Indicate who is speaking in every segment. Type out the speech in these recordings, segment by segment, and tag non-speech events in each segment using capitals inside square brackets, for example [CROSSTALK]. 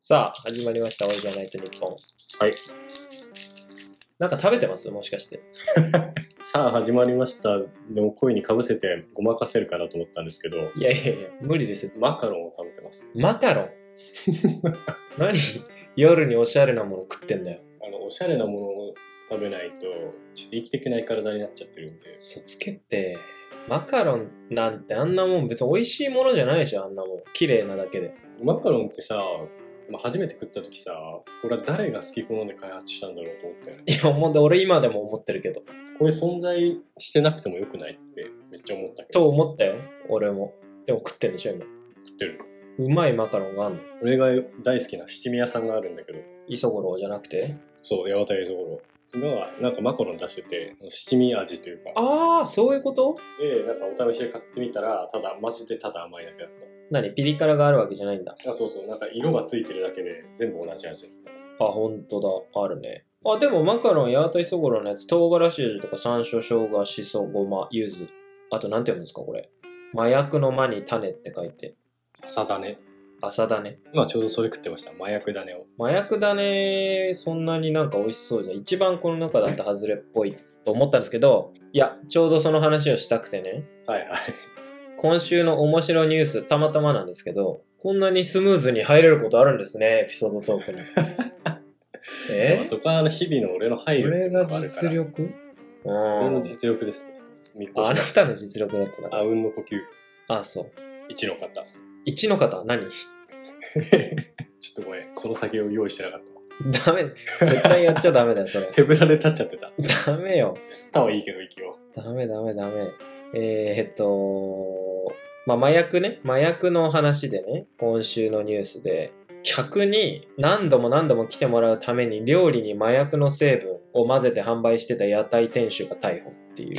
Speaker 1: さあ、始まりました、オールザナイトニッポン。
Speaker 2: はい。
Speaker 1: なんか食べてますもしかして。
Speaker 2: さあ始まりましたでも声にかぶせてごまかせるかなと思ったんですけど
Speaker 1: いやいやいや、無理ですよ。
Speaker 2: マカロンを食べてます
Speaker 1: マカロン [LAUGHS] 何夜におしゃれなもの食ってんだよ。
Speaker 2: あのおしゃれなものを食べないとちょっと生きていけない体になっちゃってるんで
Speaker 1: 嘘つけって。マカロンなんてあんなもん別に美味しいものじゃないでしょ、あんなもん。綺麗なだけで。
Speaker 2: マカロンってさまあ初めて食った時さこれは誰が好き好んで開発したんだろうと思ったよね
Speaker 1: いや、ほんで俺今でも思ってるけど。
Speaker 2: これ存在してなくてもよくないってめっちゃ思ったけど
Speaker 1: と思ったよ、俺も。でも食ってんでしょ、今。
Speaker 2: 食ってる
Speaker 1: うまいマカロンがあんの。
Speaker 2: 俺が大好きな七味屋さんがあるんだけど
Speaker 1: 磯五郎じゃなくて。
Speaker 2: そう八幡屋所がなんかマカロン出してて七味味というか
Speaker 1: ああ、そういうこと
Speaker 2: でなんかお試しで買ってみたらただマジでただ甘いだけだっ
Speaker 1: 何ピリ辛があるわけじゃないんだ。
Speaker 2: たあそうそうなんか色がついてるだけで全部同じ味だった
Speaker 1: あ、ほんとだ。あるね。あ、でもマカロン、八幡磯五郎のやつ、唐辛子味とか山椒、生姜、しそ、ごま、柚子。あと、なんて読むんですか、これ。麻薬の間に種って書いて。
Speaker 2: 朝だね
Speaker 1: 朝だね。
Speaker 2: 今ちょうどそれ食ってました麻薬だねを
Speaker 1: 麻薬だねそんなになんか美味しそうじゃん。一番この中だったハズレっぽいと思ったんですけど、いや、ちょうどその話をしたくてね。
Speaker 2: はいはい
Speaker 1: 今週の面白ニュース、たまたまなんですけど、こんなにスムーズに入れることあるんですね、エピソードトークに。え
Speaker 2: まあそこはあの日々の俺の配
Speaker 1: こ
Speaker 2: 慮って
Speaker 1: れ
Speaker 2: いうの
Speaker 1: が
Speaker 2: があるか
Speaker 1: 実
Speaker 2: ら
Speaker 1: 力
Speaker 2: 俺
Speaker 1: う
Speaker 2: の
Speaker 1: ん。
Speaker 2: 実力ですねみこ
Speaker 1: ああ
Speaker 2: し
Speaker 1: なたの実力だったな。
Speaker 2: あうんの呼吸
Speaker 1: あ、そう。
Speaker 2: 一の方
Speaker 1: 一の方、何
Speaker 2: [LAUGHS]
Speaker 1: [LAUGHS]
Speaker 2: ちょっとごめんその酒を用意してなかった
Speaker 1: ダメ。絶対やっちゃダメだよ、そ [LAUGHS] れ。
Speaker 2: 手ぶらで立っちゃってた
Speaker 1: ダメよ。
Speaker 2: 吸ったはいいけど息を
Speaker 1: ダメダメダメ。えー、っと、まあ、麻薬ね、麻薬の話でね、今週のニュースで、客に何度も何度も来てもらうために料理に麻薬の成分を混ぜて販売してた屋台店主が逮捕っていう。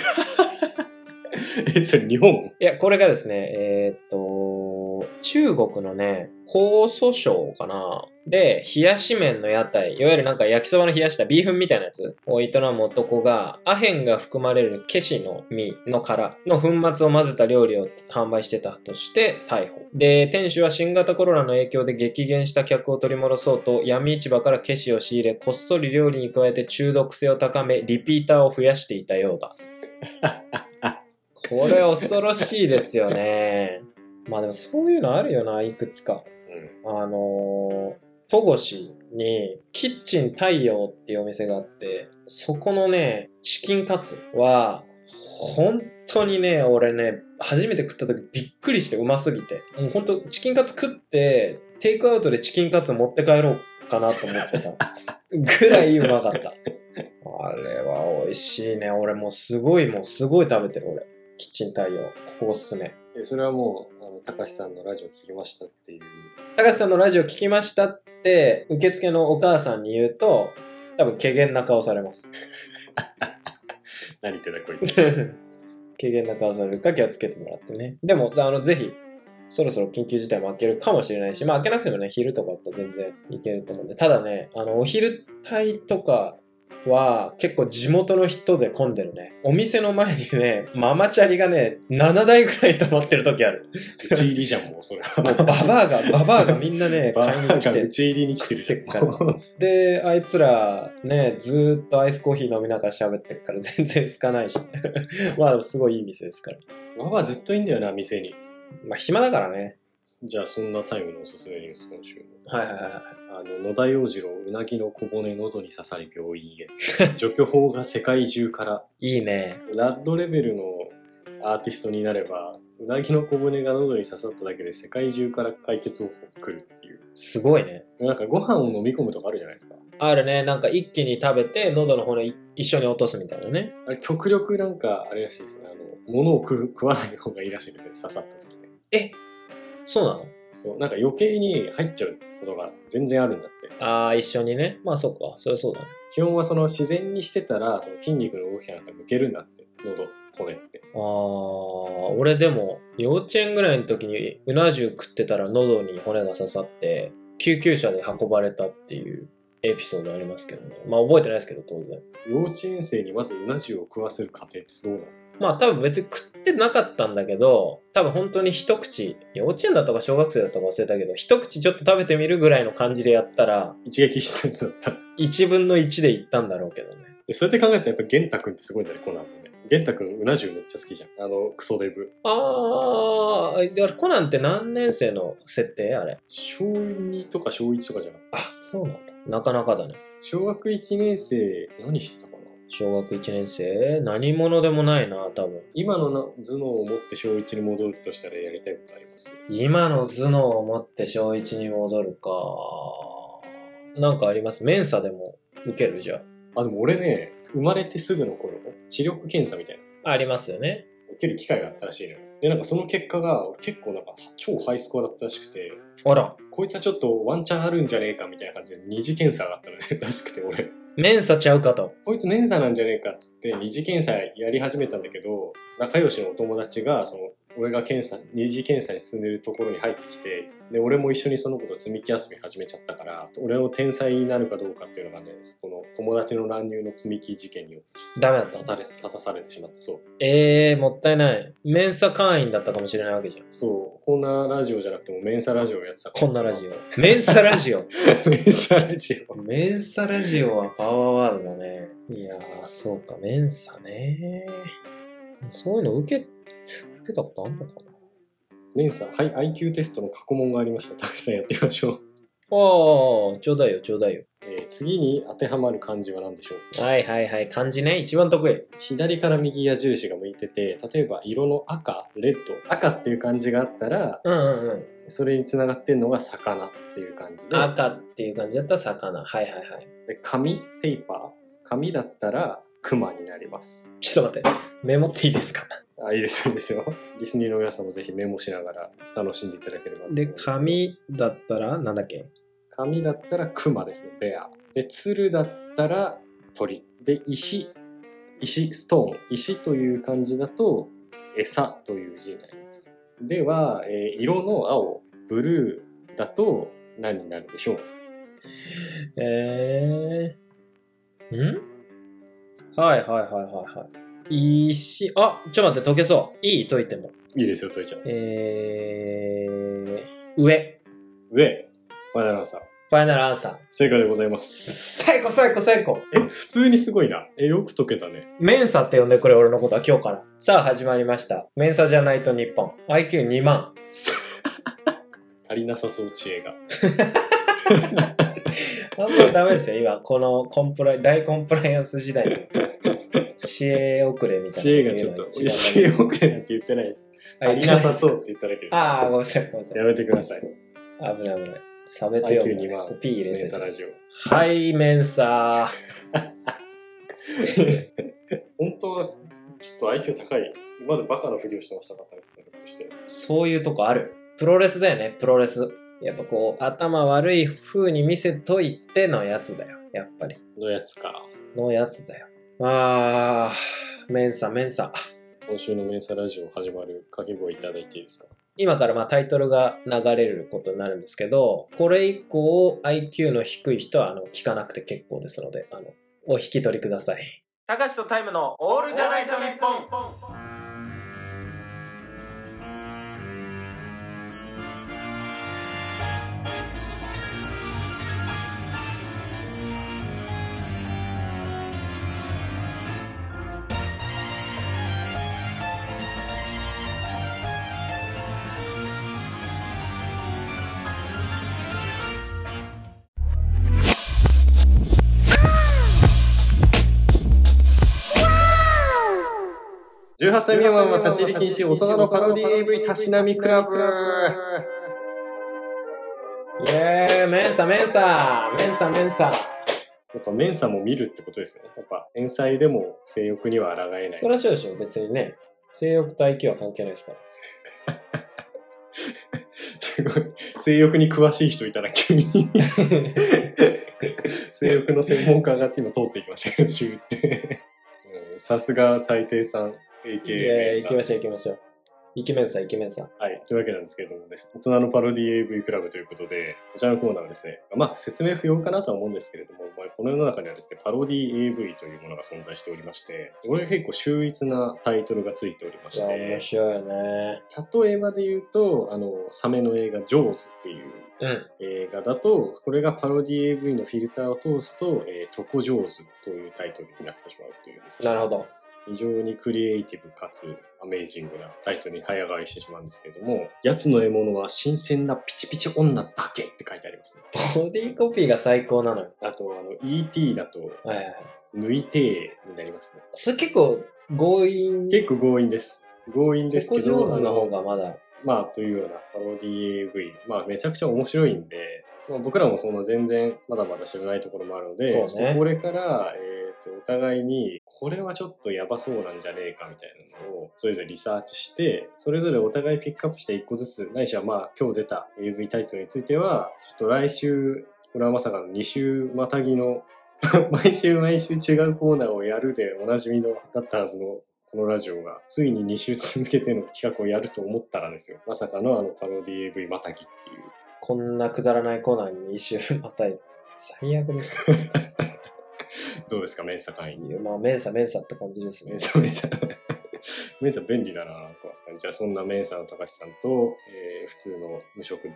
Speaker 2: えそれ日本
Speaker 1: いや、これがですね、えーっと、中国のね、江蘇省かな。で、冷やし麺の屋台、いわゆるなんか焼きそばの冷やしたビーフンみたいなやつを営む男が、アヘンが含まれるケシの実の殻の粉末を混ぜた料理を販売してたとして逮捕。で、店主は新型コロナの影響で激減した客を取り戻そうと、闇市場からケシを仕入れ、こっそり料理に加えて中毒性を高め、リピーターを増やしていたようだ。これ恐ろしいですよね。まあでもそういうのあるよな、いくつか。
Speaker 2: うん
Speaker 1: あのー、戸越にキッチン太陽っていうお店があって、そこのね、チキンカツは、本当にね、俺ね、初めて食った時びっくりしてうますぎて。もう本当チキンカツ食って、テイクアウトでチキンカツ持って帰ろうかなと思ってた。ぐらいうまかった。あれは美味しいね。俺もうすごいもうすごい食べてる俺。キッチン太陽。ここおすすめ。
Speaker 2: えそれはもうあの高橋さんのラジオ聞きましたっていう
Speaker 1: 高橋さんのラジオ聞きましたって、受付のお母さんに言うと、多分、軽減な顔され [LAUGHS] ます。
Speaker 2: 何言ってたこいつ
Speaker 1: 軽減な顔されるか気をつけてもらってね。でも、あの、ぜひ、そろそろ緊急事態も開けるかもしれないし、まあ、開けなくてもね、昼とかだったら全然いけると思うんで、ただね、あの、お昼帯とかは、結構地元の人で混んでるね。お店の前にね、ママチャリがね、7台ぐらい止まってる時ある。
Speaker 2: 打ち入りじゃん、もうそれ
Speaker 1: [LAUGHS]
Speaker 2: は。
Speaker 1: もう、ババアが、ババアがみんなね、
Speaker 2: バ
Speaker 1: 買い
Speaker 2: ー
Speaker 1: に来
Speaker 2: が
Speaker 1: て
Speaker 2: 打。ち入りに来てるじゃん。 [LAUGHS] もう
Speaker 1: で、あいつら、ね、ずーっとアイスコーヒー飲みながら喋ってるから [LAUGHS] 全然好かないし。まあ、でもすごいいい店ですから。
Speaker 2: ママずっといいんだよな、店に。
Speaker 1: まあ、暇だからね。
Speaker 2: じゃあ、そんなタイムのおすすめニュース今週の。
Speaker 1: はいはいは
Speaker 2: あの、野田洋次郎、うなぎの小骨、喉に刺さり病院へ。
Speaker 1: [LAUGHS]
Speaker 2: 除去法が世界中から。
Speaker 1: い。いいね。
Speaker 2: ラッドレベルのアーティストになれば、うなぎの小骨が喉に刺さっただけで世界中から解決方法が来るっていう。
Speaker 1: すごいね。
Speaker 2: なんかご飯を飲み込むとかあるじゃないですか。
Speaker 1: あるね。なんか一気に食べて、喉の骨い一緒に落とすみたいなね。
Speaker 2: あれ極力なんか、あれらしいですね。あの、物を食う食わない方がいいらしいですね、刺さった時ね。
Speaker 1: えそうなの
Speaker 2: そう、なんか余計に入っちゃうことが全然あるんだって。
Speaker 1: ああ、一緒にね。まあ、そっか。それそうだね。
Speaker 2: 基本はその自然にしてたら、その筋肉の動きなんか抜けるんだって、喉、骨って。
Speaker 1: ああ、俺でも、幼稚園ぐらいの時にうな重食ってたら喉に骨が刺さって、救急車で運ばれたっていうエピソードありますけどね。まあ覚えてないですけど、当然。
Speaker 2: 幼稚園生にまずうな重を食わせる過程ってどうなの
Speaker 1: まあ多分別に食ってなかったんだけど、多分本当に一口、幼稚園だったか小学生だったか忘れたけど、一口ちょっと食べてみるぐらいの感じでやったら、
Speaker 2: 一撃必殺だった。
Speaker 1: 1分の1でいったんだろうけどね。
Speaker 2: で、そうやって考えたらやっぱ玄太くんってすごいんだね、コナンもね。玄太くん、うな重めっちゃ好きじゃん。あの、クソデブ。
Speaker 1: あー、だからコナンって何年生の設定あれ。
Speaker 2: 小2とか小1とかじゃなかった
Speaker 1: あ、そうなんだ。なかなかだね。
Speaker 2: 小学1年生、何してたかな
Speaker 1: 小学1年生何者でもないな、多分。
Speaker 2: 今のな頭脳を持って小1に戻るとしたらやりたいことあります
Speaker 1: 今の頭脳を持って小1に戻るか。なんかありますメンサでも受けるじゃん。
Speaker 2: あ、でも俺ね、生まれてすぐの頃、知力検査みたいな、
Speaker 1: ありますよね。
Speaker 2: 受ける機会があったらしいのよ。で、なんかその結果が、俺結構なんか超ハイスコアだったらしくて、
Speaker 1: あら。
Speaker 2: こいつはちょっとワンチャンあるんじゃねえかみたいな感じで二次検査があったのねらしくて、俺。
Speaker 1: メンサちゃうかと。
Speaker 2: こいつメンサなんじゃねえかっつって二次検査やり始めたんだけど、仲良しのお友達が、その、俺が検査、二次検査に進んでるところに入ってきて、で、俺も一緒にその子と積み木遊び始めちゃったから、俺の天才になるかどうかっていうのがね、そこの友達の乱入の積み木事件によってちょっと
Speaker 1: ダメだった
Speaker 2: 立。たれ立たされてしまったそう
Speaker 1: ええー、もったいない。メンサ会員だったかもしれないわけじゃん。
Speaker 2: そうこんなラジオじゃなくてもメンサラジオやってた
Speaker 1: こんなラジオ。メンサラジオ。
Speaker 2: オ [LAUGHS] メンサラジオ
Speaker 1: [LAUGHS] メンサラジオはパワーワードだね。いやー、そうか、メンサね。そういうの受け、受けたことあんのかな
Speaker 2: メンサはい IQ テストの過去問がありましたたくさんやってみましょう、 [LAUGHS]
Speaker 1: ああ、ちょうだいよ、ちょうだいよ。
Speaker 2: えー次に当てはまる漢字は何でしょう
Speaker 1: はいはいはい、漢字ね、一番得意。
Speaker 2: 左から右矢印が向いてて例えば色の赤レッド赤っていう漢字があったら
Speaker 1: うんうんうん。
Speaker 2: それにつながってるのが魚っていう感じで
Speaker 1: 赤っていう感じだったら魚。はいはいはい。
Speaker 2: で紙ペーパー紙だったら熊になります
Speaker 1: ちょっと待って、メモっていいですか
Speaker 2: あいいですいいですよリスニーの皆さんもぜひメモしながら楽しんでいただければと思います
Speaker 1: で、紙だったら、なんだっけ
Speaker 2: 紙だったら熊ですね、ベア。で、鶴だったら鳥。で、石、石、ストーン。石という漢字だと、餌という字になります。では、えー色の青、ブルーだと何になるでしょう
Speaker 1: えー。んはいはいはいはいはい。石、あ、ちょっと待って、溶けそう。いい解いても。
Speaker 2: いいですよ、といちゃん。
Speaker 1: えー、上。
Speaker 2: 上、ファイナルアンサー。
Speaker 1: ファイナルアンサー。
Speaker 2: 正解でございます。
Speaker 1: 最高最高最高。
Speaker 2: え、普通にすごいな。え、よく解けたね。
Speaker 1: メンサって呼んでくれ、俺のことは今日から。さあ始まりました。メンサじゃないと日本。IQ2 万。
Speaker 2: 足りなさそう、知恵が。
Speaker 1: あんまダメですよ、今。このコンプライ、大コンプライアンス時代の。知恵遅れみたいな。
Speaker 2: 知恵がちょっと、
Speaker 1: 違う
Speaker 2: 知恵遅れなんて言ってないです。
Speaker 1: あ
Speaker 2: 足りなさそうって言っただけです。
Speaker 1: ああ、ごめんなさい、ごめんなさい
Speaker 2: や。めてください。
Speaker 1: 危ない危ない。差別用語、ね
Speaker 2: IQ2 万。
Speaker 1: P 入れ
Speaker 2: メ
Speaker 1: て
Speaker 2: ンサ
Speaker 1: る。
Speaker 2: ラジオ。
Speaker 1: はい、メンサ
Speaker 2: 本当はちょっと IQ 高い今までバカのふりをしてましたかったですねひょっとして
Speaker 1: そういうとこある。プロレスだよね、プロレス。やっぱこう、頭悪い風に見せといてのやつだよ。やっぱり。
Speaker 2: のやつか
Speaker 1: のやつだよ。あー、メンサ、メンサ。
Speaker 2: 今週のメンサラジオ始まる掛け声いただいていいですか
Speaker 1: 今からまあタイトルが流れることになるんですけど、これ以降 IQ の低い人はあの聞かなくて結構ですので、あの、お引き取りください。高橋とタイムのオールじゃないと日本。
Speaker 2: 18歳未満は立ち入り禁止大人のパロディ AV たしなみクラブ
Speaker 1: イエーイメンサメンサメンサメンサ
Speaker 2: やっぱメンサも見るってことですよねやっぱ天才でも性欲には抗えない
Speaker 1: そらそうでしょ、別にね。性欲と IQ は関係ないですから。
Speaker 2: すごい性欲に詳しい人いたら急 [LAUGHS] に性欲の専門家が今通っていきましたけど中ってうんさすが最低さん AKA
Speaker 1: イエー
Speaker 2: メ
Speaker 1: イ
Speaker 2: ン
Speaker 1: 行
Speaker 2: サ
Speaker 1: きましょう行きましょう。イケメンさんイケメンさん。
Speaker 2: はい。というわけなんですけれどもです、大人のパロディ AV クラブということで、こちらのコーナーはですね、まあ説明不要かなとは思うんですけれども、まあこの世の中にはですね、パロディ AV というものが存在しておりまして、これが結構秀逸なタイトルがついておりま
Speaker 1: い
Speaker 2: し
Speaker 1: や、面
Speaker 2: て、
Speaker 1: 白いよね。
Speaker 2: 例えばで言うと、あの、サメの映画、ジョーズっていう
Speaker 1: うん。
Speaker 2: 映画だと、これがパロディ AV のフィルターを通すと、えーチョコジョーズというタイトルになってしまうというですね。
Speaker 1: なるほど。
Speaker 2: 非常にクリエイティブかつアメージングなタイトルに早変わりしてしまうんですけれども、やつの獲物は新鮮なピチピチ女だけって書いてありますね。
Speaker 1: ボディコピーが最高なのよ。
Speaker 2: あと、あの、ET だと、
Speaker 1: はいはいはい。
Speaker 2: 抜いてーになりますね。
Speaker 1: それ結構強引に。
Speaker 2: 結構強引です。強引ですけど、
Speaker 1: ここ上手の方
Speaker 2: あの
Speaker 1: がまだ。
Speaker 2: まあ、というようなパロディ AV。まあ、めちゃくちゃ面白いんで、まあ、僕らもそんな全然まだまだ知らないところもあるので、
Speaker 1: そうね
Speaker 2: ちょっとこれから、えーと、お互いに、これはちょっとやばそうなんじゃねえかみたいなのを、それぞれリサーチして、それぞれお互いピックアップして一個ずつ、ないしはまあ、今日出た AV タイトルについては、ちょっと来週、これはまさかの2週またぎの、 [LAUGHS] 毎週毎週違うコーナーをやるでおなじみの、だったはずのこのラジオがついに2週続けての企画をやると思ったらですよまさかのあのパロディ AV またぎっていう
Speaker 1: こんなくだらないコーナーに一周またいで最悪です。
Speaker 2: どうですかメンサ会員
Speaker 1: まあ、メンサメンサって感じです
Speaker 2: メ
Speaker 1: ね
Speaker 2: ン。サメンサメンサ便利だななんかじゃあそんなメンサの高橋さんと、えー普通の無職童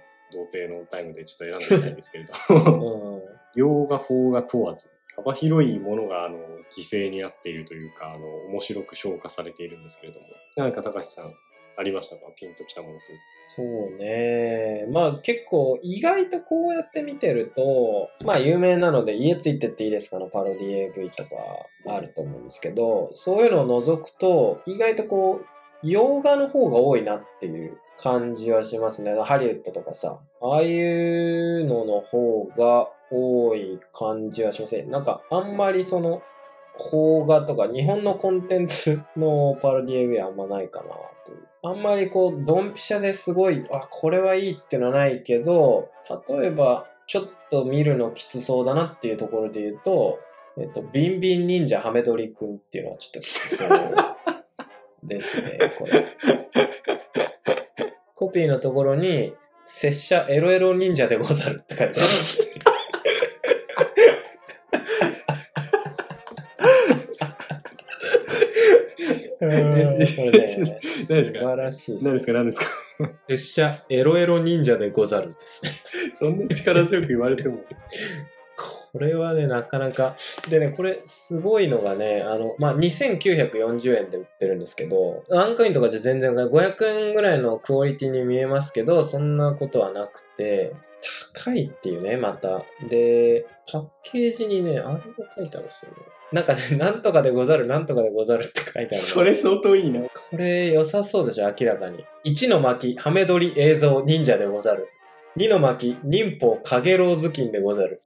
Speaker 2: 貞のタイムでちょっと選んでみたいんですけれ
Speaker 1: う
Speaker 2: ど [LAUGHS]
Speaker 1: ん。
Speaker 2: 洋画邦画問わず幅広いものがあの犠牲になっているというかあの面白く消化されているんですけれども何か高橋さんありましたかピンときたものというか
Speaker 1: そうね。まあ結構意外とこうやって見てると、まあ有名なので家ついてっていいですかのパロディ AV とかあると思うんですけど、そういうのを除くと意外とこう、洋画の方が多いなっていう感じはしますね。ハリウッドとかさ、ああいうのの方が多い感じはしません。なんかあんまりその、邦画とか日本のコンテンツのパロディ AV はあんまないかなという。あんまりこう、ドンピシャですごい、あ、これはいいってのはないけど、例えば、ちょっと見るのきつそうだなっていうところで言うと、えっと、ビンビン忍者ハメドリくんっていうのはちょっときつそうですね、これ。コピーのところに、拙者エロエロ忍者でござるって書いてある。うーんこれね素
Speaker 2: 何ですか
Speaker 1: 晴らしいです
Speaker 2: 何ですか何ですか
Speaker 1: 拙者エロエロ忍者でござるですね。
Speaker 2: そんな力強く言われても。
Speaker 1: [LAUGHS] これはね、なかなか。でね、これすごいのがね、あの、まあ、2940円で売ってるんですけど、アンカインとかじゃ全然500円ぐらいのクオリティに見えますけど、そんなことはなくて、高いっていうね、また。で、パッケージにね、あれが書いてあるんですよね。なんかね、なんとかでござる、なんとかでござるって書いてあるの。
Speaker 2: それ相当いいな。
Speaker 1: これ良さそうでしょ、明らかに。1の巻、ハメ撮り映像忍者でござる。2の巻、忍法影老頭巾でござる。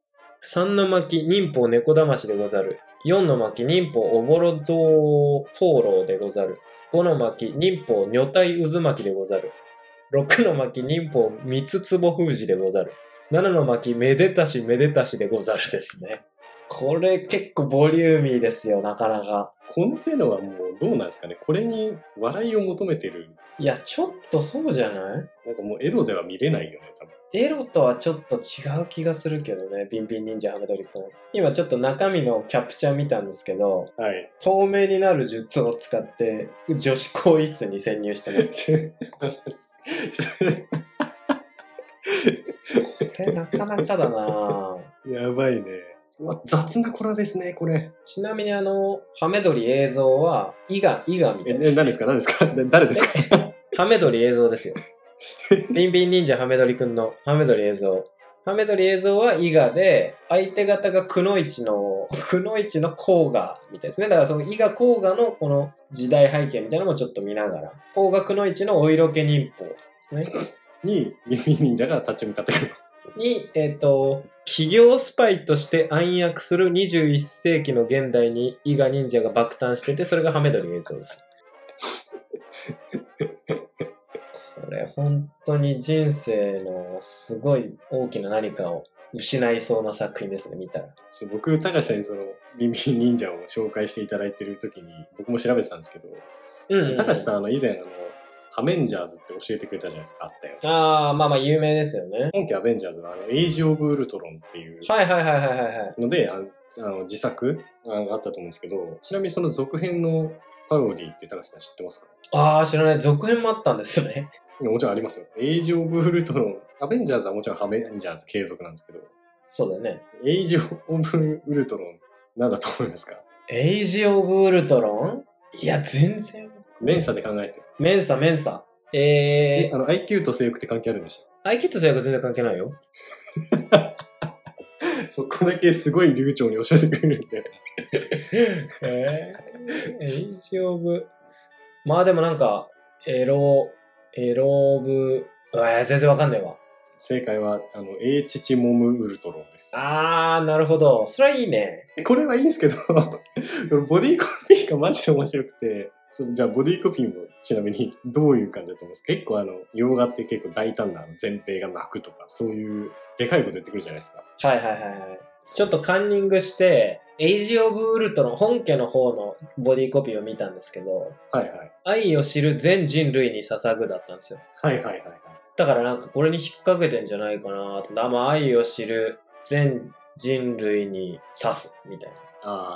Speaker 1: 3の巻、忍法猫だましでござる。4の巻、忍法おぼろどう灯籠でござる。5の巻、忍法女体渦巻きでござる。6の巻、忍法三つ壺封じでござる。7の巻、めでたしめでたしでござるですね。これ結構ボリューミーですよ、なかなか。
Speaker 2: この手のはもうどうなんですかねこれに笑いを求めてる。
Speaker 1: いや、ちょっとそうじゃない
Speaker 2: なんかもうエロでは見れないよね、多分。
Speaker 1: エロとはちょっと違う気がするけどね、ビンビン忍者ハメドリくん。今ちょっと中身のキャプチャー見たんですけど、
Speaker 2: はい。
Speaker 1: 透明になる術を使って女子更衣室に潜入して [LAUGHS] ます。これなかなかだなぁ
Speaker 2: [LAUGHS] やばいね。うわ、雑なコラですね、これ。
Speaker 1: ちなみにあの、ハメドリ映像は、イガ、イガみた
Speaker 2: え、
Speaker 1: い
Speaker 2: ね
Speaker 1: です、
Speaker 2: 何ですか何ですか [LAUGHS] だ誰ですか
Speaker 1: ハメドリ映像ですよ。ビンビン忍者ハメドリくんのハメドリ映像。ハメドリ映像は伊賀で、相手方がくのいちの、くのいちの甲賀みたいですね。だからその伊賀甲賀のこの時代背景みたいなのもちょっと見ながら。甲賀くのいちのお色気忍法ですね。
Speaker 2: に、ビビ忍者が立ち向かってくる。
Speaker 1: に、えっ、と、企業スパイとして暗躍する21世紀の現代に伊賀忍者が爆誕してて、それがハメドリ映像です。これ本当に人生のすごい大きな何かを失いそうな作品ですね、見たら。
Speaker 2: そう僕、高橋さんにその、ビビ忍者を紹介していただいてる時に、僕も調べてたんですけど、
Speaker 1: うん
Speaker 2: 高橋さん、あの、以前、あの、ハメンジャーズって教えてくれたじゃないですか、あったよ。
Speaker 1: ああ、まあまあ有名ですよね。
Speaker 2: 本家アベンジャーズは、あの、エイジ・オブ・ウルトロンっていう
Speaker 1: はいはいはいはいはいはい。
Speaker 2: ので、あのあの自作があったと思うんですけど、ちなみにその続編のパロディって高橋さん知ってますか
Speaker 1: ああ、知らない。続編もあったんですね。 [LAUGHS]
Speaker 2: いやもちろんありますよ。エイジ・オブ・ウルトロン、アベンジャーズはもちろんアベンジャーズ継続なんですけど、
Speaker 1: そうだよね。
Speaker 2: エイジ・オブ・ウルトロン、なんだと思いますか
Speaker 1: エイジ・オブ・ウルトロンいや、全然。
Speaker 2: 連鎖で考えて。
Speaker 1: メンサ、メンサ。え
Speaker 2: えあの、IQ と性欲って関係あるんでし
Speaker 1: ー、アイキッド制約全然関係ないよ。
Speaker 2: た [LAUGHS] そこだけすごい流暢に教えてくれるんで。
Speaker 1: えー、エイジ・オブ。まあでもなんか、エロ、エロ・オブ、うわ全然わかんないわ。
Speaker 2: 正解は、あの、エイチチモムウルトロンです。
Speaker 1: あー、なるほど。それはいいね。
Speaker 2: これはいいんですけど、 [LAUGHS] このボディコピーがマジで面白くて、そうじゃあボディコピーもちなみにどういう感じだと思いますか結構あの、洋画って結構大胆なあの前平が泣くとか、そういうでかいこと言ってくるじゃないですか。
Speaker 1: はいはいはいはい。ちょっとカンニングして、エイジ・オブ・ウルトロン、本家の方のボディコピーを見たんですけど、
Speaker 2: はいはい。
Speaker 1: 愛を知る全人類に捧ぐだったんですよ。
Speaker 2: はいはいはいはい。
Speaker 1: だからなんかこれに引っ掛けてんじゃないかなと。あまあ愛を知る全人類に刺す、みたいな。
Speaker 2: あ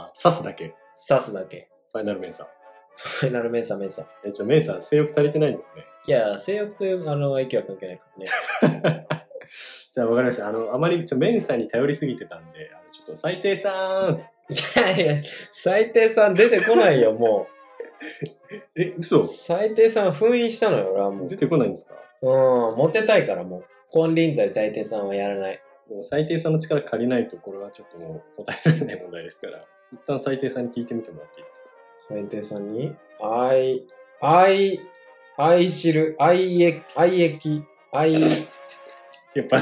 Speaker 2: あ、刺すだけ。
Speaker 1: 刺すだけ。 [LAUGHS]
Speaker 2: ファイナルメンサー。
Speaker 1: ファイナルメンサメンサ。
Speaker 2: え、ちょ、メンサー、性欲足りてないんですね。
Speaker 1: いや、性欲というあの愛嬌は関係ないからね。
Speaker 2: じゃあわかりました。あの、あまりちょ、メンサーに頼りすぎてたんで、あの、ちょっと最低さーん。
Speaker 1: い [LAUGHS] やいや、最低さん出てこないよ、も
Speaker 2: え、
Speaker 1: う。
Speaker 2: 嘘
Speaker 1: 最低さん封印したのよ、俺はもう。
Speaker 2: 出てこないんですか
Speaker 1: うん、モテたいからもう。金輪際最低さんはやらない。
Speaker 2: でも最低さんの力借りないとこれはちょっともう答えられない問題ですから一旦最低さんに聞いてみてもらっていいですか [LAUGHS]
Speaker 1: 最低さんに、愛、愛、愛知る、愛え、愛液、愛、
Speaker 2: やっぱ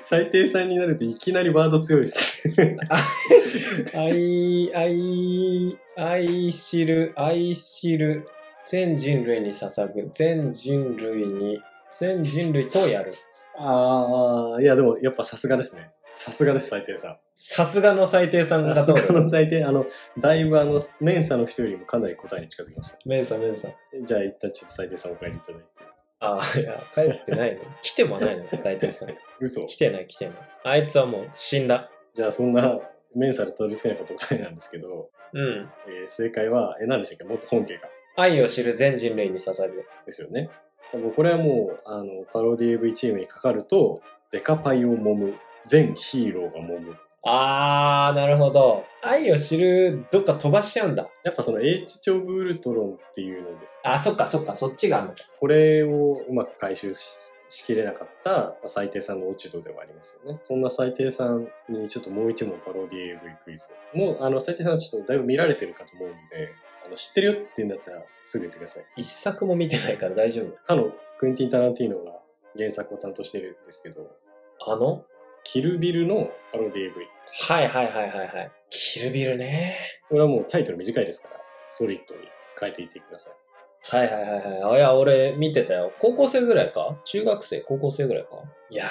Speaker 2: 最低さんになるといきなりワード強いです [LAUGHS] ね
Speaker 1: 愛、愛、愛知る、愛知る、全人類に捧ぐ、全人類に、全人類とやる。
Speaker 2: ああいやでもやっぱさすがですねさすがです最低さ
Speaker 1: さすがの最低さん
Speaker 2: ん
Speaker 1: が
Speaker 2: さす
Speaker 1: 通
Speaker 2: が
Speaker 1: る
Speaker 2: の。最低あのだいぶあのメンサの人よりもかなり答えに近づきました
Speaker 1: メンサメンサ。
Speaker 2: じゃあ一旦ちょっと最低さんお帰りいただいて
Speaker 1: ああ、いや、帰ってないの。来てもないの、最低さん。
Speaker 2: 嘘
Speaker 1: 来てない、来てない。あいつはもう死んだ。
Speaker 2: じゃあそんなメンサで取り付けなかった答えなんですけど、
Speaker 1: うん。
Speaker 2: えー正解はえ何でしたっけもっと本家が
Speaker 1: 愛を知る全人類に捧ぐ。
Speaker 2: ですよね。でもこれはもうあのパロディ AV チームにかかるとデカパイを揉む全ヒーローが揉む
Speaker 1: あー、なるほど。愛を知る、どっか飛ばしちゃうんだ。
Speaker 2: やっぱその H 超ブウルトロンっていうので
Speaker 1: あ、そっかそっか、そっちがあんのか。
Speaker 2: これをうまく回収ししきれなかったまあ最低さんの落ち度ではありますよねそんな最低さんにちょっともう一問パロディ AV クイズもうあの最低さんはちょっとだいぶ見られてるかと思うんであの知ってるよって言うんだったらすぐ言ってください
Speaker 1: 一作も見てないから大丈夫。
Speaker 2: かのクエンティン・タランティーノが原作を担当してるんですけど
Speaker 1: あの
Speaker 2: キルビルのパロディ AV
Speaker 1: はいはいはいはいはい。キルビルね。
Speaker 2: これはもうタイトル短いですから、ソリッドに変えていってください。
Speaker 1: はいはいはいはい。あ、いや、俺見てたよ。高校生ぐらいか中学生、高校生ぐらいかいや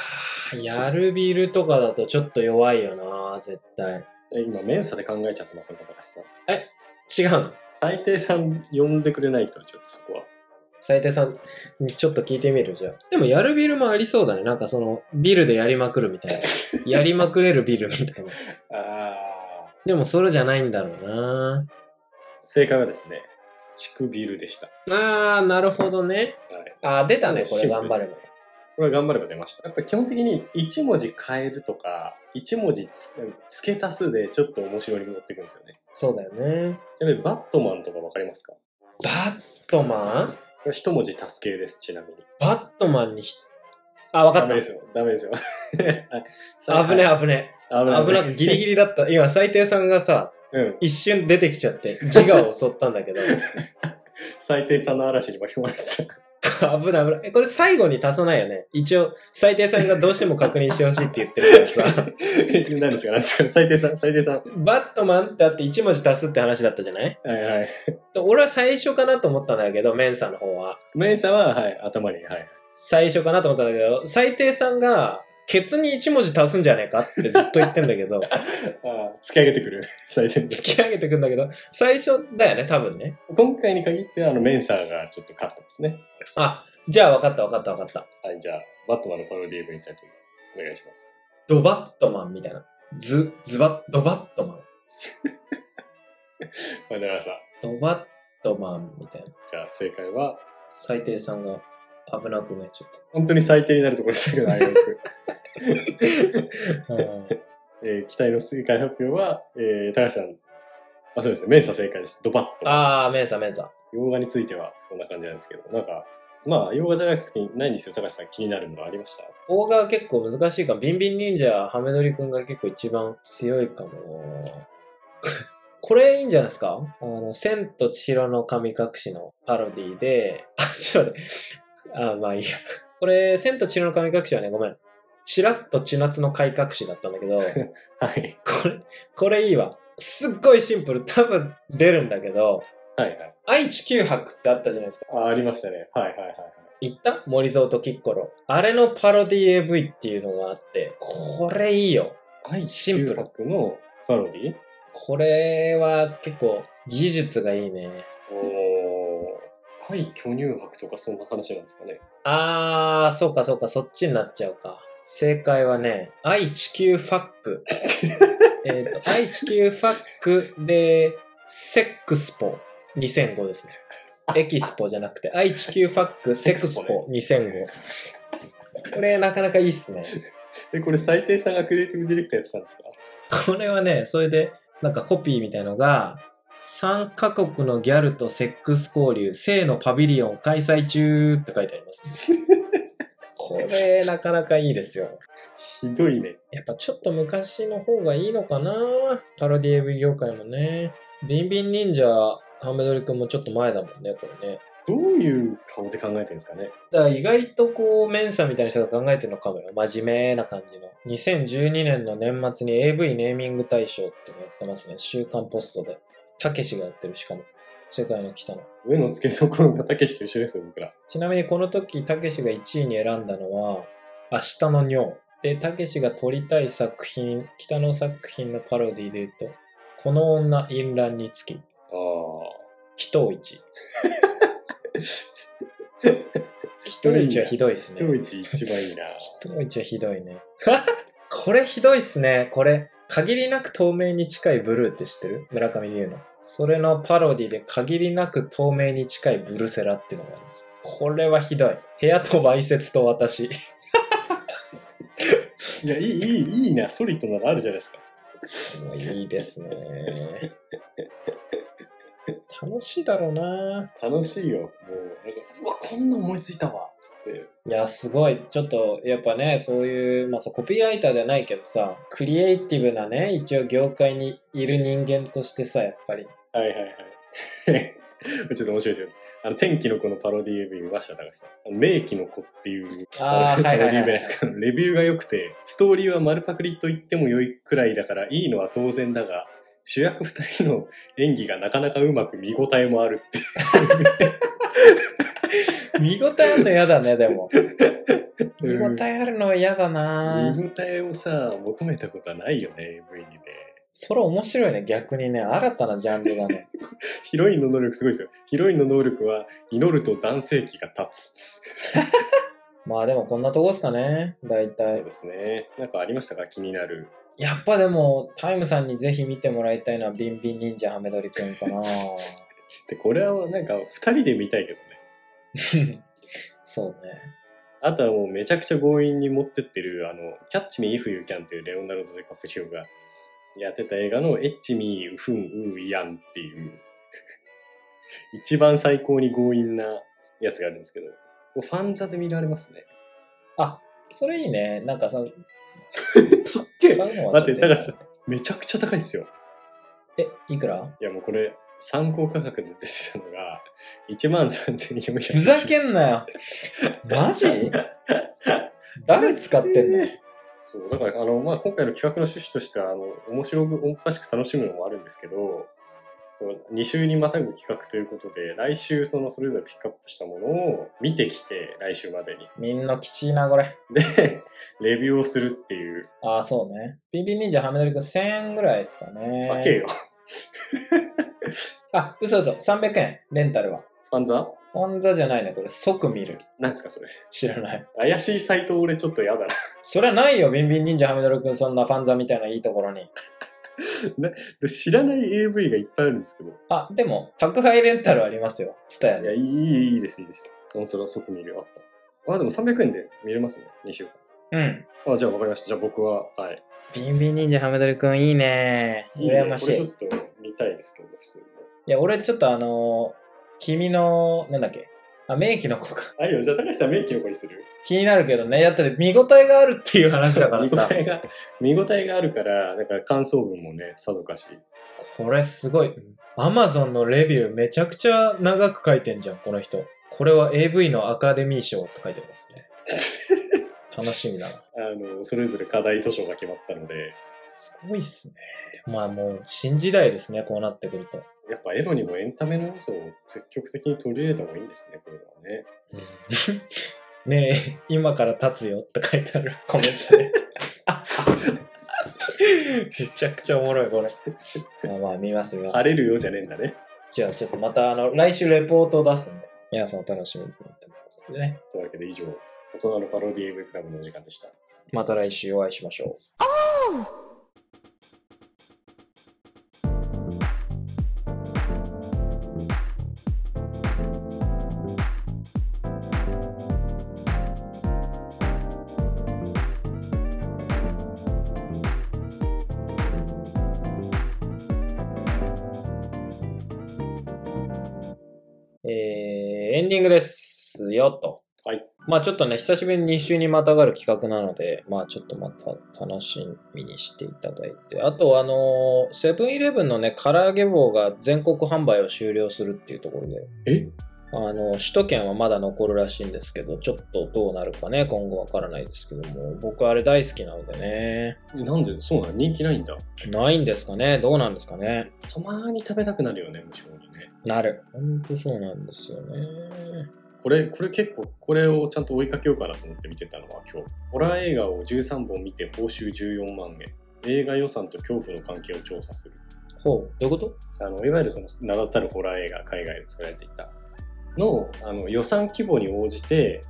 Speaker 1: ー、やるビルとかだとちょっと弱いよな絶対。
Speaker 2: え今、メンサで考えちゃってますね、高橋さん。
Speaker 1: 違うの
Speaker 2: 最低さん呼んでくれないと、ちょっとそこは。
Speaker 1: 最低さんにちょっと聞いてみるじゃあでもやるビルもありそうだねなんかそのビルでやりまくるみた [LAUGHS] いなやりまくれるビルみたいな
Speaker 2: あ
Speaker 1: でもそれじゃないんだろうな
Speaker 2: 正解はですね、乳首でした。は
Speaker 1: あーなるほどね
Speaker 2: い。
Speaker 1: あー出たねこれ
Speaker 2: シンプル
Speaker 1: 頑張
Speaker 2: です
Speaker 1: れば
Speaker 2: これは頑張れば出ました。やっぱ基本的に1文字変えるとか、1文字つ付け足すでちょっと面白に持っていくんですよね。
Speaker 1: そうだよね
Speaker 2: ちなみに、バットマンとかわかりますかこ
Speaker 1: バットマン
Speaker 2: れ1文字足す系です、ちなみに。
Speaker 1: バットマンにひあわか
Speaker 2: ダ
Speaker 1: った
Speaker 2: メですよ、ダメですよ。 [LAUGHS]
Speaker 1: 危ねえ危ね
Speaker 2: 危
Speaker 1: え危なくギリギリだった今最低さんがさ
Speaker 2: うん。
Speaker 1: 一瞬出てきちゃって自我を襲ったんだけど
Speaker 2: 最低さんの嵐に巻き込まれてた。 [LAUGHS]
Speaker 1: 危ない危ないえこれ最後に足さないよね一応最低さんがどうしても確認してほしいって言ってるからさ
Speaker 2: [LAUGHS] 何ですか何ですか最低さん、最低さん。
Speaker 1: バットマンってあって1文字足すって話だったじゃない
Speaker 2: はいはい。
Speaker 1: 俺は最初かなと思ったんだけど、メンサの方は。
Speaker 2: メイさんは、はい、頭に、はい。
Speaker 1: 最初かなと思ったんだけど、最低さんがケツに1文字足すんじゃねえかってずっと言ってんだけど、
Speaker 2: ああ、突き上げてくる。採点で。
Speaker 1: 突き上げてくんだけど、最初だよね、多分ね。
Speaker 2: 今回に限って、あの、メンサーがちょっと勝ったですね。
Speaker 1: あ、じゃあ分かった分かった分かった。
Speaker 2: はい、じゃあ、バットマンのパロディーブにタイトルお願いします。
Speaker 1: ドバットマンみたいな。ズ、ズバッ、ドバットマン。
Speaker 2: ファイナルアンサー。
Speaker 1: ドバットマンみたいな。
Speaker 2: じゃあ、正解は、
Speaker 1: 最低さんが危なくね、ちょっ
Speaker 2: 本当に最低になるところでしたけど、あい
Speaker 1: [LAUGHS]
Speaker 2: く。
Speaker 1: と。うん
Speaker 2: えー期待の正解発表は、えー、高橋さん。あ、そうですね。メンサー正解です。ドバッと。
Speaker 1: あー、メンサメンサ。
Speaker 2: 洋画については、こんな感じなんですけど、なんか、まあ、洋画じゃなくて、ないんですよ。高橋さん気になるものありました
Speaker 1: 大が結構難しいから、ビンビン忍者、ハメドリくんが結構一番強いかも [LAUGHS] なこれいいんじゃないですかあの、千と千尋の神隠しのパロディで、 [LAUGHS] あ、ちょっと待って。あ、まあいいや。これ、千と千尋の神隠しはね、ごめん。チラッと千夏の神隠しだったんだけど、こ
Speaker 2: はい。
Speaker 1: れ、これいいわ。すっごいシンプル。多分出るんだけど、
Speaker 2: はいはい。
Speaker 1: 愛知九博ってあったじゃないですか。
Speaker 2: あ、ありましたね。はいはいはいはい。
Speaker 1: 言った森蔵とキッコロ。あれのパロディ AV っていうのがあって、これいいよ。
Speaker 2: 愛
Speaker 1: シンプル
Speaker 2: 博のパロディ
Speaker 1: これは結構技術がいいね。
Speaker 2: おー。愛巨乳博とかそんな話なんですかね。
Speaker 1: あー、そうかそうか、そっちになっちゃうか。正解はね、愛地球ファッ [LAUGHS] ク。えっと、愛地球ファックで、セックスポ2005ですね。エキスポじゃなくて、愛地球ファック、セックスポ2005。これなかなかいいっすね。
Speaker 2: え、これ最低さんがクリエイティブディレクターやってたんですか
Speaker 1: これはね、それで、なんかコピーみたいのが、3カ国のギャルとセックス交流、性のパビリオン開催中って書いてあります、これ、なかなかいいですよ。
Speaker 2: ひどいね。
Speaker 1: やっぱちょっと昔の方がいいのかなパロディ AV 業界もね。ビンビン忍者、ハメドリ君もちょっと前だもんね、これね。
Speaker 2: どういう顔で考えてるんですかね。
Speaker 1: だから意外とこう、メンサみたいな人が考えてるのかもよ。真面目な感じの。2012年の年末に AV ネーミング大賞ってのやってますね。週刊ポストで。たけしがやってるしかも。世界の北の。
Speaker 2: 上の付けどころがたけしと一緒ですよ、僕ら。
Speaker 1: ちなみにこの時、たけしが1位に選んだのは、明日の尿。で、たけしが撮りたい作品、北の作品のパロディで言うと、この女淫乱につき、
Speaker 2: ああ。
Speaker 1: 人一。
Speaker 2: 人
Speaker 1: 人
Speaker 2: 一
Speaker 1: 一は
Speaker 2: は
Speaker 1: ひ
Speaker 2: ひ
Speaker 1: どいですね。
Speaker 2: どい。一一番いいな。
Speaker 1: 人一はひどいね。 [LAUGHS] これひどいっすね。これ、限りなく透明に近いブルーって知ってる村上龍の。それのパロディで、限りなく透明に近いブルセラっていうのがあります。これはひどい。部屋と埋設と私。
Speaker 2: [LAUGHS]
Speaker 1: [LAUGHS]
Speaker 2: いや、いい、いい、いいな。ソリッドなのあるじゃないですか。
Speaker 1: いいですね。楽しいだろうな。
Speaker 2: 楽しいよ。もう、なんか、うわ、こんな思いついたわ。つって。
Speaker 1: いや、すごい。ちょっと、やっぱね、そういう、まあ、そうコピーライターじゃないけどさ、クリエイティブなね、一応業界にいる人間としてさ、やっぱり。
Speaker 2: はいはいはい。 [LAUGHS] ちょっと面白いですよ。あの、天気の子のパロディ AV 見ました、高橋さん。あの名機の子っていう
Speaker 1: あー
Speaker 2: パ
Speaker 1: は
Speaker 2: ロ
Speaker 1: い
Speaker 2: デ
Speaker 1: はいはい
Speaker 2: ィ AV なんですけど、レビューが良くて、ストーリーは丸パクリと言っても良いくらいだから、いいのは当然だが、主役二人の演技がなかなかうまく見応えもあるって。
Speaker 1: 見応えあるの嫌だね、で
Speaker 2: [LAUGHS]
Speaker 1: も。見
Speaker 2: うん
Speaker 1: 応えあるのは嫌だな。
Speaker 2: 見応えをさ、求めたことはないよね、AV にね。
Speaker 1: それ面白いね、逆にね。新たなジャンルだ
Speaker 2: [LAUGHS]
Speaker 1: ね。
Speaker 2: ヒロインの能力すごいですよ。ヒロインの能力は、祈ると男性器が立つ。
Speaker 1: まあでもこんなとこですかね、大
Speaker 2: そう
Speaker 1: 体。
Speaker 2: ですね。なんかありましたか気になる。
Speaker 1: やっぱでも、タイムさんにぜひ見てもらいたいのは、ビンビン忍者ハメドリくんか
Speaker 2: [LAUGHS]
Speaker 1: な。
Speaker 2: で、これはなんか二人で見たいけどね。
Speaker 1: そうね。
Speaker 2: あとはもうめちゃくちゃ強引に持ってってる、あの、キャッチミーイフユーキャンっていうレオナルド・デカプリオがやってた映画のエッチミー・ウフン・ウー・イアンっていう、一番最高に強引なやつがあるんですけど、ファンザで見られますね。
Speaker 1: あ、それいいね。なんかさ、
Speaker 2: たっけ
Speaker 1: そういうのは
Speaker 2: 待って、
Speaker 1: ちょ
Speaker 2: 高
Speaker 1: と
Speaker 2: 橋さん、めちゃくちゃ高いっすよ。
Speaker 1: え、いくら
Speaker 2: いやもうこれ、参考価格で出てたのが、13,400円。
Speaker 1: ふざけんなよ。マ
Speaker 2: [LAUGHS]
Speaker 1: ジ誰使ってんの
Speaker 2: そうだからあの、まあ、今回の企画の趣旨としてはあの面白くおかしく楽しむのもあるんですけどそう2週にまたぐ企画ということで来週そのそれぞれピックアップしたものを見てきて来週までに
Speaker 1: みんなきちいな、これ。
Speaker 2: で [LAUGHS] レビューをするっていう
Speaker 1: ああ、そうね。BB 忍者ハメドリ君1000円ぐらいですかね。
Speaker 2: パケよ、
Speaker 1: あ、嘘嘘。300円。レンタルは。
Speaker 2: ファンザ
Speaker 1: オンザじゃないね。これ即見る。
Speaker 2: なんですかそれ
Speaker 1: 知らない。
Speaker 2: 怪しいサイト俺ちょっとやだな
Speaker 1: そりゃないよ、ビンビン忍者ハメドリ君、そんなファンザみたいないいところに。
Speaker 2: で知らない AV がいっぱいあるんですけど
Speaker 1: あ、でも、宅配レンタルありますよ。ツタヤ
Speaker 2: いや
Speaker 1: で。
Speaker 2: いいいいですいいです本当だ即見るあったあでも300円で見れますね2週
Speaker 1: うん。
Speaker 2: 間あじゃあわかりましたじゃあ僕ははい
Speaker 1: ビンビン忍者ハメドリ君いいね。
Speaker 2: いいね
Speaker 1: 羨まし
Speaker 2: こ
Speaker 1: い。
Speaker 2: れちょ
Speaker 1: い
Speaker 2: っと見たいですけどね普通にね
Speaker 1: や、俺ちょっとあのー君の、なんだっけ。あ、名機の子か。
Speaker 2: あいいよじゃあ高橋さん免許横にする
Speaker 1: 気になるけどね。やったら見応えがあるっていう話だから
Speaker 2: 見応
Speaker 1: さ。
Speaker 2: えが見応えがあるからなんか感想文もねさぞかし
Speaker 1: これすごい。アマゾンのレビューめちゃくちゃ長く書いてんじゃん、この人。これは AV のアカデミー賞って書いてますね。楽しみだな。
Speaker 2: あのそれぞれ課題図書が決まったのです
Speaker 1: ごいっすね。まあもう新時代ですね、こうなってくると。
Speaker 2: やっぱエロにもエンタメの要素を積極的に取り入れた方がいいんですねこれはね
Speaker 1: [LAUGHS] ねえ、今から立つよって書いてあるコメントで。めちゃくちゃおもろい、これ。まあまあ見ます、見ます。
Speaker 2: 荒れるようじゃねえんだね
Speaker 1: じゃあちょっとまたあの、来週レポートを出すんで、皆さんお楽しみにと思ってますね。
Speaker 2: というわけで以上大人のパロディ AV クラブのお時間でした
Speaker 1: また来週お会いしましょう。えーエンディングですよと。まあちょっとね、久しぶりに2週にまたがる企画なので、まあちょっとまた楽しみにしていただいて。あと、あのーセブンイレブンのね、唐揚げ棒が全国販売を終了するっていうところで、
Speaker 2: え
Speaker 1: あの、首都圏はまだ残るらしいんですけど、ちょっとどうなるかね、今後わからないですけども、僕あれ大好きなのでね、
Speaker 2: なんでそうなの人気ないんだ
Speaker 1: ないんですかね、どうなんですかね。
Speaker 2: たまーに食べたくなるよね無性にね
Speaker 1: なる。ほんとそうなんですよね。
Speaker 2: これこれ結構これをちゃんと追いかけようかなと思って見てたのは今日ホラー映画を13本見て報酬14万円映画予算と恐怖の関係を調査する
Speaker 1: ほう、どういうこと
Speaker 2: あのいわゆるその名だたるホラー映画海外で作られていたのあの予算規模に応じて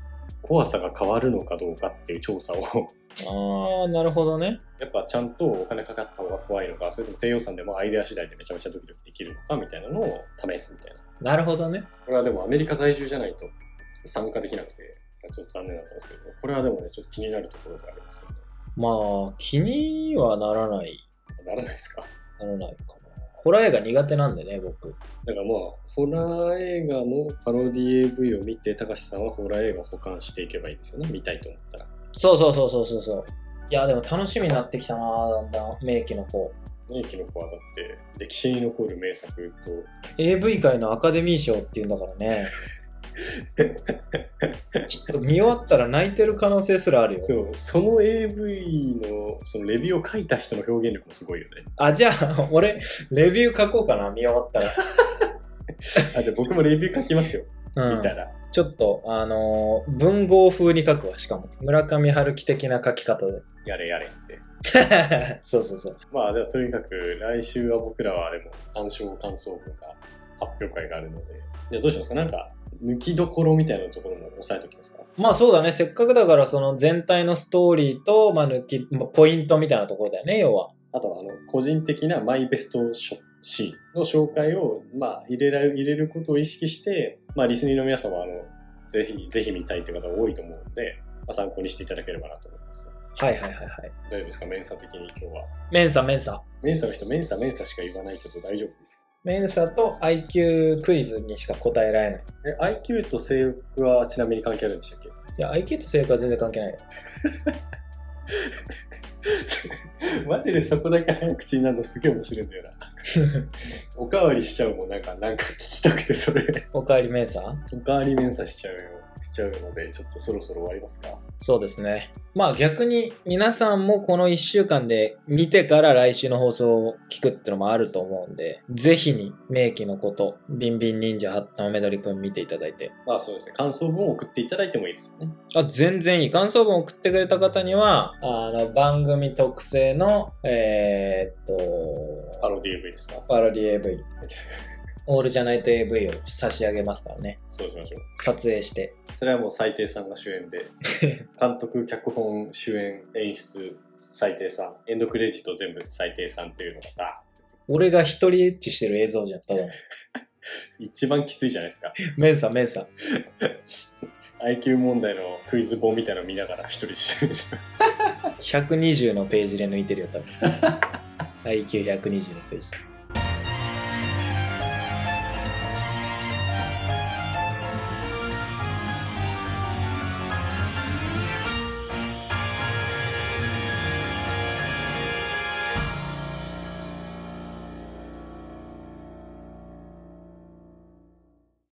Speaker 2: 怖さが変わるのかどうかっていう調査を [LAUGHS]
Speaker 1: あー、なるほどね。
Speaker 2: やっぱちゃんとお金かかった方が怖いのかそれとも低予算でもアイデア次第でめちゃめちゃドキドキできるのかみたいなのを試すみたいな
Speaker 1: なるほどね。
Speaker 2: これはでもアメリカ在住じゃないと参加できなくてちょっと残念だったんですけどこれはでもねちょっと気になるところがありますよね
Speaker 1: まあ、気にはならない、
Speaker 2: ならないですか
Speaker 1: ならないかな。ホラー映画苦手なんでね、僕。
Speaker 2: だからまあホラー映画のパロディ AV を見て高橋さんはホラー映画を保管していけばいいですよね見たいと思ったら
Speaker 1: そうそうそうそうそうそう。いや、でも楽しみになってきたな、だんだん、名機の子。
Speaker 2: ねキノコはだって歴史に残る名作
Speaker 1: AV 界のアカデミー賞っていうんだから [LAUGHS] ね。ちょっと見終わったら泣いてる可能性すらある
Speaker 2: と
Speaker 1: よ。
Speaker 2: そうその AV のそのレビューを書いた人の表現力もすごいよね
Speaker 1: あ、じゃあ、俺、レビュー書こうかな、見終わった
Speaker 2: あじゃあ僕もレビュー書きますよ、
Speaker 1: ら。うん
Speaker 2: 見たら
Speaker 1: ちょっと、あのー文豪風に書くわ、しかも。村上春樹的な書き方 [LAUGHS] で。
Speaker 2: やれやれって
Speaker 1: そうそうそう。
Speaker 2: まあじゃあとにかく来週は僕らはでも鑑賞感想文が発表会があるのでじゃあどうしますかなんか抜きどころみたいなところも押さえておきますか
Speaker 1: まあそうだね。せっかくだから、その全体のストーリーと、まあ抜き、まあポイントみたいなところだよね、要は。
Speaker 2: あとはあの個人的なマイベストショシーンの紹介を、まあ、入れられ入れることを意識して、まあ、リスニーの皆様はあのぜひぜひ見たいという方が多いと思うので、まあ、参考にしていただければなと思います。
Speaker 1: はいはいはいはい。
Speaker 2: 大丈夫ですかメンサ的に今日は。
Speaker 1: メンサ、メンサ。
Speaker 2: メンサの人メンサメンサしか言わないけど大丈夫
Speaker 1: メンサと IQ クイズにしか答えられない。
Speaker 2: え ?IQ と性欲はちなみに関係あるんでしたっけ
Speaker 1: いや、IQ と性格は全然関係ないよ。 [LAUGHS]
Speaker 2: マジでそこだけ早口になるのすげえ面白いんだよな。おかわりしちゃうもんなんかなんか聞きたくてそれ。
Speaker 1: おかえりメンサ
Speaker 2: おかわりメンサしちゃうよ。きちゃうので、ちょっとそろそろ終わりますか。
Speaker 1: そうですね。まあ逆に皆さんもこの1週間で見てから来週の放送を聞くってのもあると思うんで、ぜひに名機のこと、ビンビン忍者ハッタメドリくん見ていただいて。
Speaker 2: まあそうですね、感想文を送っていただいてもいいですよね。
Speaker 1: あ、全然いい。感想文を送ってくれた方には、あの、番組特製の、えーっと、
Speaker 2: パロディ AV ですか [LAUGHS]
Speaker 1: パロディ AV。オールじゃないと AV を差し上げますからね。
Speaker 2: そうしましょう。
Speaker 1: 撮影して。
Speaker 2: それはもう最低さんが主演で、監督、脚本、主演、演出、最低さん、エンドクレジット全部最低さんっていうのがダ
Speaker 1: 俺が一人エッチしてる映像じゃん、ただの。
Speaker 2: ーン一番きついじゃないですか。
Speaker 1: [LAUGHS] メンサ、メンサ。
Speaker 2: IQ 問題のクイズ本みたいなの見ながら一人してるじゃん。
Speaker 1: 120のページで抜いてるよ、多分。IQ120 のページ。